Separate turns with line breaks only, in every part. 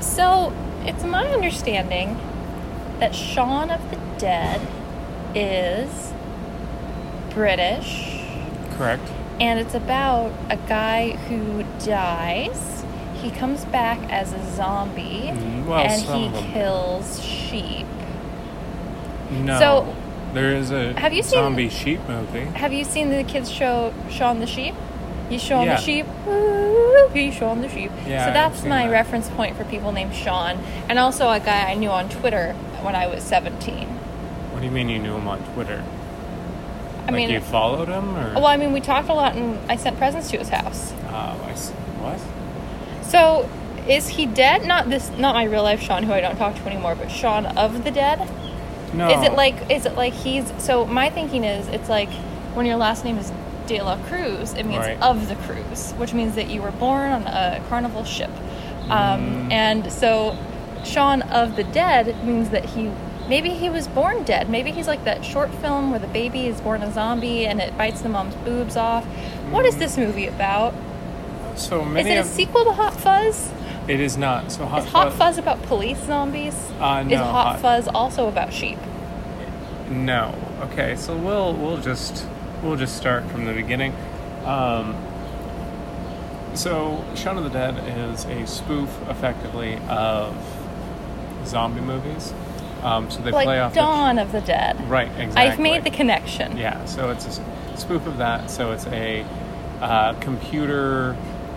So it's my understanding that Shaun of the Dead is British
Correct.
and it's about a guy who dies. He comes back as a zombie
Mm, well,
and
some of
he
them.
kills sheep.
No.
So-
there is a
Have you seen-
zombie sheep movie.
Have you seen the kids show Shaun the Sheep? You Shaun
Yeah.
the Sheep. Ooh, he Shaun the Sheep.
Yeah,
so
I've
that's
seen
my
that.
reference point for people named Sean, and also a guy I knew on Twitter when I was seventeen.
What do you mean you knew him on Twitter?
I
like
mean, oh,
you followed him or?
well, I mean, we talked a lot, and I sent presents to his house.
Oh, I see. What?
So, is he dead? Not this, not my real life Sean, who I don't talk to anymore, but Sean of the dead.
No.
Is it like is it like he's so my thinking is it's like when your last name is De La Cruz, it means
Right.
of the cruise, which means that you were born on a carnival ship.
Mm.
Um, and so Shaun of the Dead means that he maybe he was born dead. Maybe he's like that short film where the baby is born a zombie and it bites the mom's boobs off. What
Mm.
is this movie about?
so many
is it a
of
sequel to Hot Fuzz?
it is not. So hot,
is Hot Fuzz about police zombies?
Uh,
is
no,
Hot,
Hot-
Fuzz also about sheep?
No. Okay, so we'll we'll just we'll just start from the beginning. Um, so Shaun of the Dead is a spoof, effectively, of zombie movies. Um, so they play
like
off
Dawn of the Dead.
The, right, exactly.
I've made the connection.
Yeah, so it's a s- spoof of that. So it's a uh, computer.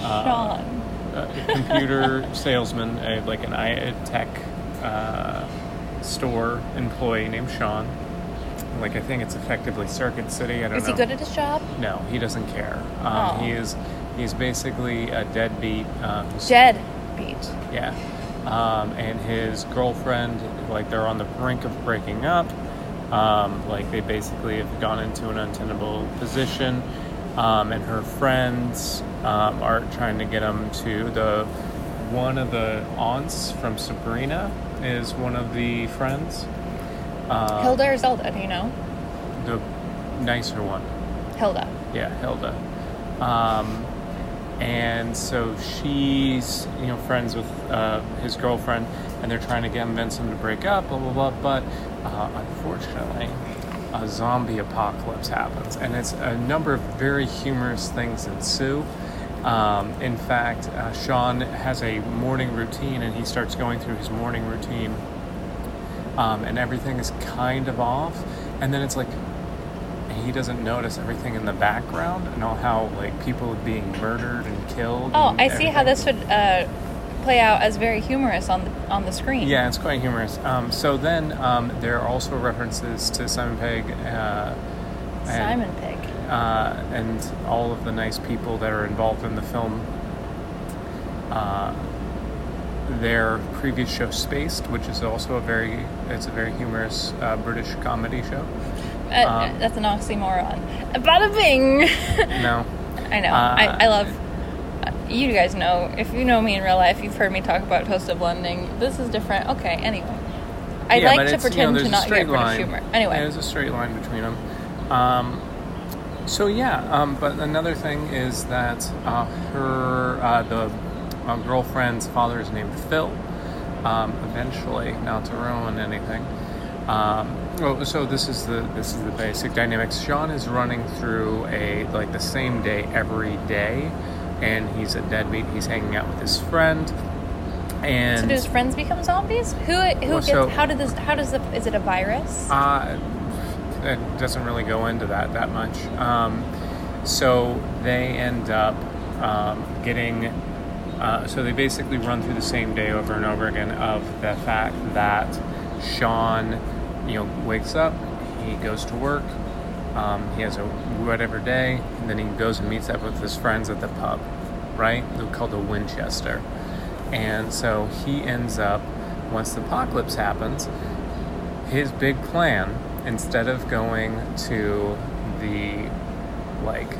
Uh,
Sean.
a computer salesman, a, like an I E tech uh, store employee named Sean. Like I think it's effectively Circuit City. I don't
Is
know.
he good at his job?
No, he doesn't care. Um,
Oh.
He is. He's basically a deadbeat. Um, who's-
Dead beat.
Yeah. Um, and his girlfriend, like they're on the brink of breaking up. Um, like they basically have gone into an untenable position. Um, and her friends um, are trying to get him to the one of the aunts from Sabrina is one of the friends. Uh,
Hilda or Zelda, do you know?
The nicer one.
Hilda.
Yeah, Hilda. Um, and so she's, you know, friends with uh, his girlfriend, and they're trying to convince him to break up, blah, blah, blah. But uh, unfortunately, a zombie apocalypse happens, and it's a number of very humorous things ensue. Um, in fact, uh, Sean has a morning routine, and he starts going through his morning routine, um, and everything is kind of off. And then it's like, and he doesn't notice everything in the background and all how like people are being murdered and killed.
Oh,
and
I see how
everything.
this would uh, play out as very humorous on the on the screen.
Yeah, it's quite humorous. Um, so then um, there are also references to Simon Pegg. Uh, and,
Simon Pig.
Uh, and all of the nice people that are involved in the film. Uh, their previous show, Spaced, which is also a very it's a very humorous uh, British comedy show.
Uh,
um,
that's an oxymoron. Bada bing.
No.
I know.
Uh,
I, I love. uh, You guys know. If you know me in real life, you've heard me talk about Toast of Blending. This is different. Okay. Anyway, I
Yeah, but
like to
it's, you know,
pretend
there's
to
a
not
straight
get British
line.
humor.
Yeah,
Anyway,
there's a straight line between them. Um, so yeah, um, but another thing is that uh, her uh, the uh, girlfriend's father is named Phil. Um, eventually, not to ruin anything. Um, well, so this is the this is the basic dynamics. Sean is running through a like the same day every day, and he's a deadbeat. He's hanging out with his friend, and
so do his friends become zombies? Who who
Well,
gets?
so-
how did this? How does the? Is it a virus?
Uh, it doesn't really go into that that much. Um, so they end up um, getting. Uh, so they basically run through the same day over and over again of the fact that Sean, you know, wakes up, he goes to work, um, he has a whatever day, and then he goes and meets up with his friends at the pub, right? They're called the Winchester. And so he ends up, once the apocalypse happens, his big plan instead of going to the like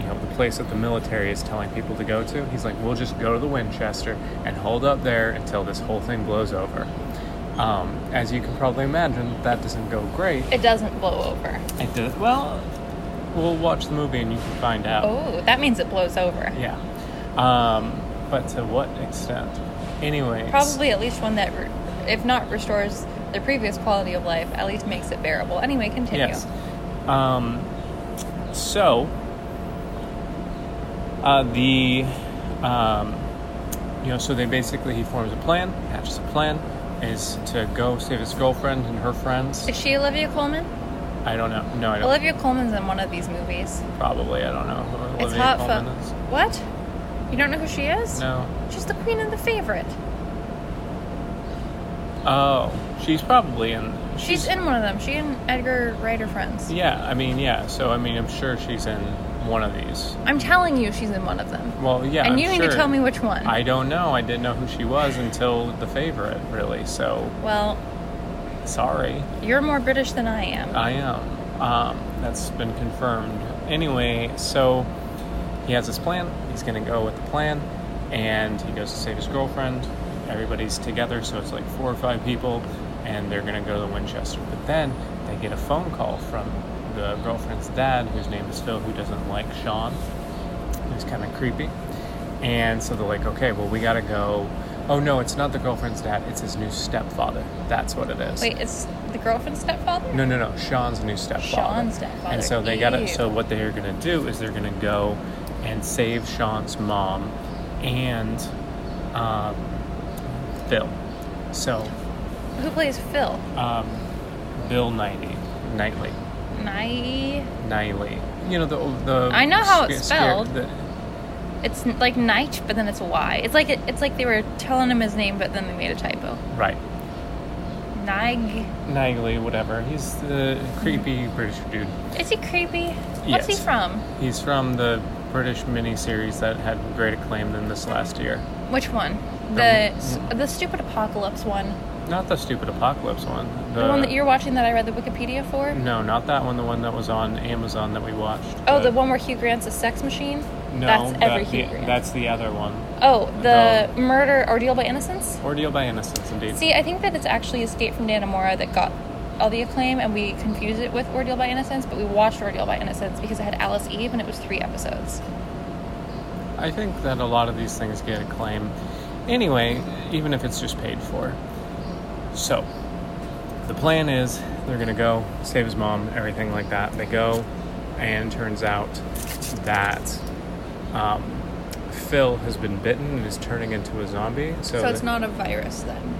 you know the place that the military is telling people to go to he's like we'll just go to the winchester and hold up there until this whole thing blows over um, as you can probably imagine that doesn't go great
It doesn't blow over.
it does well we'll watch the movie and you can find out
Oh, that means it blows over.
yeah. Um, but to what extent? Anyway,
Probably at least one that, re- if not restores the previous quality of life, at least makes it bearable. Anyway, continue.
Yes. Um, so uh, the um, you know, so they basically he forms a plan, hatches a plan, is to go save his girlfriend and her friends.
Is she Olivia Coleman?
I don't know. No, I don't.
Olivia Coleman's in one of these movies.
Probably, I don't know who Olivia
it's hot
Colman
fun.
is.
What? You don't know who she is?
No.
She's the queen of the favorite.
Oh, she's probably in.
She's in one of them. She and Edgar Wright are friends.
Yeah, I mean, yeah. So I mean, I'm sure she's in one of these.
I'm telling you, she's in one of them.
Well, yeah.
and
I'm
you need to
sure.
tell me which one.
I don't know. I didn't know who she was until the favorite, really. So
Well,
sorry.
you're more British than I am.
I am. Um, that's been confirmed. Anyway, so he has his plan. He's going to go with the plan, and he goes to save his girlfriend. Everybody's together, so it's like four or five people, and they're going to go to Winchester. But then they get a phone call from the girlfriend's dad, whose name is Phil, who doesn't like Sean. He's kind of creepy. And so they're like, okay, well, we got to go. Oh, no, it's not the girlfriend's dad. It's his new stepfather. That's what it is.
Wait, it's the girlfriend's stepfather?
No, no, no. Sean's new stepfather.
Sean's stepfather.
And so they got
Ew.
to So what they're going to do is they're going to go and save Sean's mom and um, Bill. So
Who plays Phil?
um, Bill Knightley, Knightley,
Nye.
Knightley. You know the the.
I know how it's
sca- sca-
spelled.
the-
It's n- like Knight, but then it's a Y. It's like it, it's like they were telling him his name, but then they made a typo.
right,
Nige.
Knightley, whatever. He's the creepy British dude.
Is he creepy? What's
Yes.
he from?
He's from the British miniseries that had great acclaim in this last year.
Which one?
The-
The s- the stupid apocalypse one.
Not the stupid apocalypse one.
The one that you're watching that I read the Wikipedia for?
No, not that one. The one that was on Amazon that we watched.
Oh, the one where Hugh Grant's a sex machine?
No,
that's every
that-
Hugh
the-
Grant.
That's the other one.
Oh, the murder ordeal by innocence?
Ordeal by Innocence, indeed.
See, I think that it's actually Escape from Dannemora that got all the acclaim, and we confuse it with Ordeal by Innocence, but we watched Ordeal by Innocence because it had Alice Eve and it was three episodes.
I think that a lot of these things get acclaim, anyway, even if it's just paid for. So, the plan is they're gonna go save his mom, everything like that. They go, and turns out that um, Phil has been bitten and is turning into a zombie. So,
So, it's
the-
not a virus then.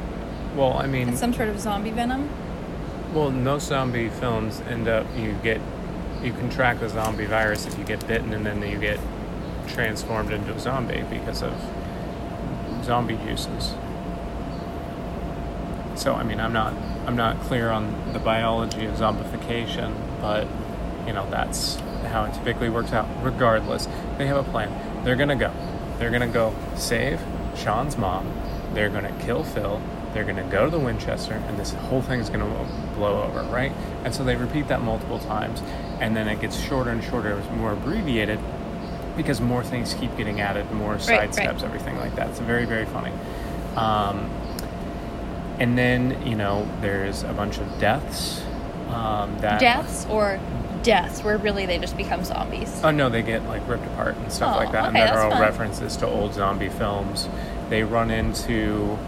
Well, I mean,
It's some sort of zombie venom.
Well, no zombie films end up you get you contract the zombie virus if you get bitten and then you get transformed into a zombie because of zombie juices. So I mean I'm not I'm not clear on the biology of zombification, but you know that's how it typically works out. Regardless, they have a plan. They're gonna go. They're gonna go save Sean's mom. They're gonna kill Phil. They're gonna go to the Winchester, and this whole thing's gonna wo- blow over, right? And so they repeat that multiple times, and then it gets shorter and shorter. It's more abbreviated because more things keep getting added, more side
right.
steps, everything like that. It's very very funny. Um, and then, you know, there's a bunch of deaths. Um, that
Deaths or deaths, where really they just become zombies.
Oh no, they get like ripped apart and stuff
Oh,
like that. and
okay,
there
that's
are all
fun.
references to old zombie films. They run into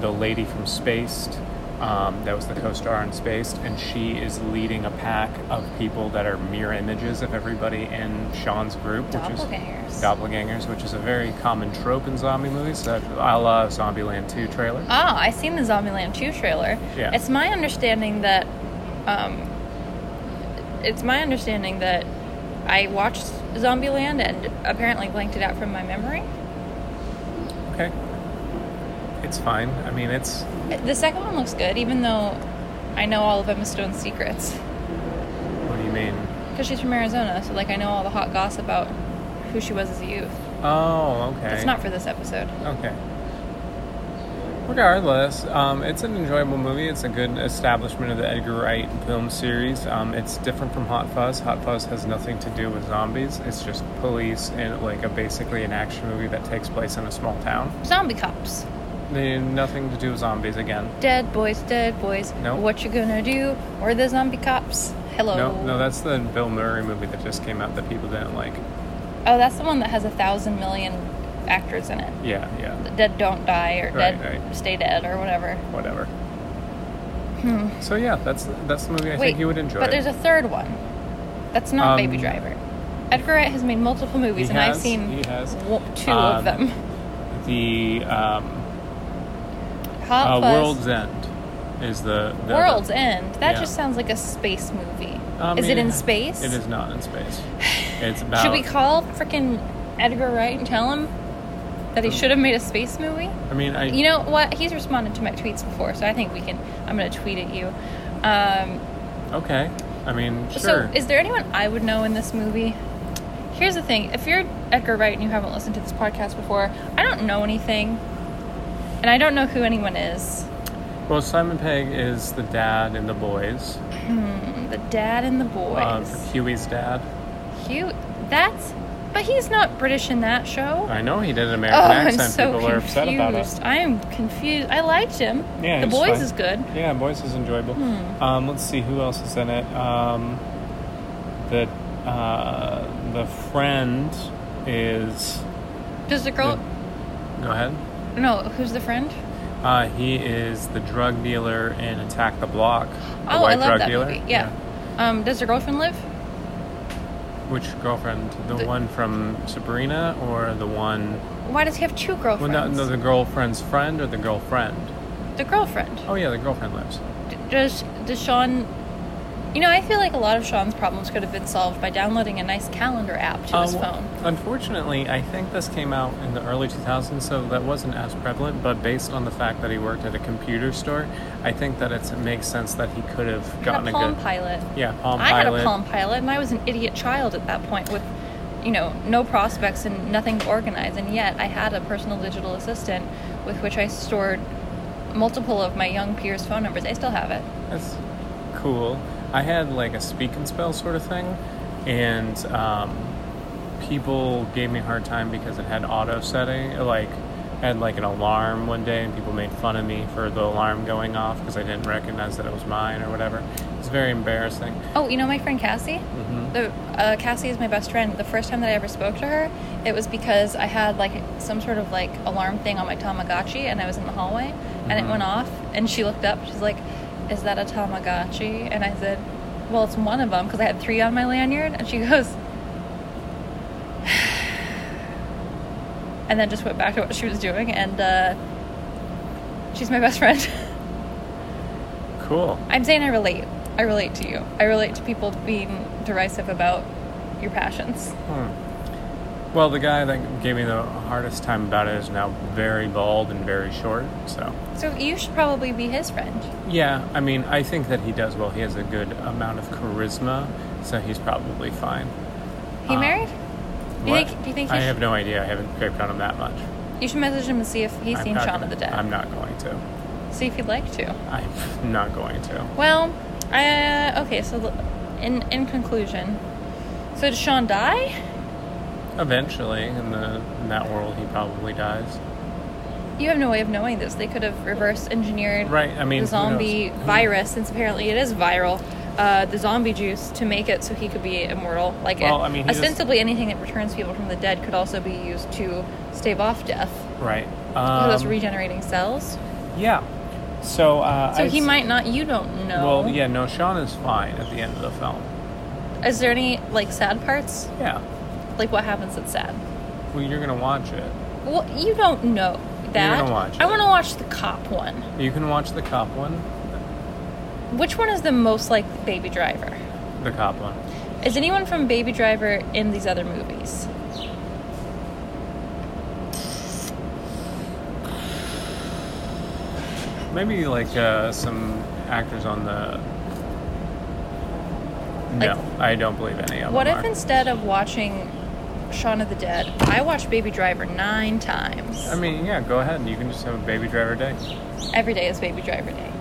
the lady from Spaced. Um, that was the co-star on Spaced, and she is leading a pack of people that are mirror images of everybody in Sean's group, which is
Doppelgangers.
doppelgangers, which is a very common trope in zombie movies. That a la Zombieland 2 trailer.
Ah, I seen the Zombieland 2 trailer.
Yeah.
It's my understanding that um it's my understanding that I watched Zombieland and apparently blanked it out from my memory.
Okay, it's fine. I mean, it's
The second one looks good even though I know all of Emma Stone's secrets
what do you mean?
cuz she's from Arizona, so like I know all the hot gossip about who she was as a youth.
Oh, okay.
That's not for this episode.
Okay. Regardless, um, it's an enjoyable movie. It's a good establishment of the Edgar Wright film series. Um, it's different from Hot Fuzz. Hot Fuzz has nothing to do with zombies. It's just police and like a basically an action movie that takes place in a small town.
Zombie cops.
They nothing to do with zombies again.
Dead boys, dead boys.
No.
What you gonna do? We're the zombie cops. Hello.
No, no, that's the Bill Murray movie that just came out that people didn't like.
Oh, that's the one that has a thousand million actors in it.
Yeah, yeah.
The dead don't die or
Right,
dead
right.
stay dead or whatever. Hmm.
Whatever. So yeah, that's that's the movie I think you would enjoy.
But there's a third one. That's not
Um,
Baby Driver. Edgar Wright has made multiple movies,
He
and
has,
I've seen
he has.
wo- two
Um,
of them.
the um,
Hot
uh,
Fuzz,
World's End is the, the
World's End. That
Yeah.
just sounds like a space movie.
Um,
is it in space?
It is not in space. It's about.
Should we call freaking Edgar Wright and tell him that he should have made a space movie?
I mean, Um, I
You know what? He's responded to my tweets before, so I think we can. I'm gonna tweet at you. Um,
Okay. I mean, sure.
So, is there anyone I would know in this movie? Here's the thing: if you're Edgar Wright and you haven't listened to this podcast before, I don't know anything, and I don't know who anyone is.
well, Simon Pegg is the dad in The Boys.
Hmm, the dad and the boys.
Um, Huey's dad.
Hugh, that's. But he's not British in that show.
I know he did an
oh,
American
I'm
accent.
so
People
confused.
are upset about it.
I am confused. I liked him.
Yeah,
the
he's
boys
fine.
is good.
Yeah, Boys is enjoyable.
Hmm.
Um, let's see who else is in it. Um, the uh, the friend is.
Does the girl?
Go ahead.
No, who's the friend?
Uh, he is the drug dealer in Attack the Block. The
oh,
white
I love
drug
that
dealer.
movie. Yeah. Um, does the girlfriend live?
Which girlfriend? The,
The-
one from Sabrina or the one?
Why does he have two
Well,
girlfriends?
no, no, the girlfriend's friend or the girlfriend?
the girlfriend.
Oh yeah, the girlfriend lives.
D- does does Sean? You know, I feel like a lot of Sean's problems could have been solved by downloading a nice calendar app to his
Uh, well,
phone.
Unfortunately, I think this came out in the early 2000s, so that wasn't as prevalent. But based on the fact that he worked at a computer store, I think that it's, it makes sense that he could have
I had
gotten
a
a,
Palm
good.
Pilot.
Yeah, Palm
I had
Pilot.
a Palm Pilot, and I was an idiot child at that point with, you know, no prospects and nothing to organize. And yet, I had a personal digital assistant with which I stored multiple of my young peers' phone numbers. I still have it.
That's cool. I had like a speak and spell sort of thing, and um, people gave me a hard time because it had auto setting. Like, I had like an alarm one day, and people made fun of me for the alarm going off because I didn't recognize that it was mine or whatever. It's very embarrassing.
Oh, you know my friend Cassie?
Mhm.
The, uh, Cassie is my best friend. The first time that I ever spoke to her, it was because I had like some sort of like alarm thing on my Tamagotchi and I was in the hallway and it
Mhm.
went off and she looked up. She's like, Is that a Tamagotchi? And I said, Well, it's one of them because I had three on my lanyard. And she goes, and then just went back to what she was doing and uh, she's my best friend.
Cool.
I'm saying I relate. I relate to you. I relate to people being derisive about your passions.
Hmm. Well, the guy that gave me the hardest time about it is now very bald and very short. So,
So you should probably be his friend.
yeah, I mean, I think that he does well. He has a good amount of charisma, so he's probably fine.
He
Uh,
married? Do you
What?
think? Do you think he
I
sh-
have no idea. I haven't creeped on him that much.
you should message him and see if he's
I'm
seen
not
Shaun of
gonna-
the Dead.
I'm not going to.
See if he'd like to.
I'm not going to.
Well, uh, okay. So l- in in conclusion, so did Sean die?
Eventually, in the in that world, he probably dies.
You have no way of knowing this. They could have reverse engineered
Right, I mean,
the
who knows?
zombie
Who knows?
virus, since apparently it is viral, uh, the zombie juice to make it so he could be immortal. Like,
Well,
it-
I mean, he just-
ostensibly anything that returns people from the dead could also be used to stave off death.
Right.
All those
Um,
regenerating cells.
yeah. So. Uh,
So
I
he
s-
might not. You don't know.
Well, yeah. No, Sean is fine at the end of the film.
Is there any like sad parts?
Yeah.
Like what happens that's sad?
Well, you're gonna watch it.
Well, you don't know that.
gonna watch
I
it.
want to watch the cop one.
You can watch the cop one.
Which one is the most like Baby Driver?
The cop one.
Is anyone from Baby Driver in these other movies?
Maybe like uh, some actors on the. No, I don't believe any of
What
them.
if
are.
instead of watching Shaun of the Dead, I watched Baby Driver nine times?
I mean, yeah. Go ahead. You can just have a baby driver day.
Every day is Baby Driver Day.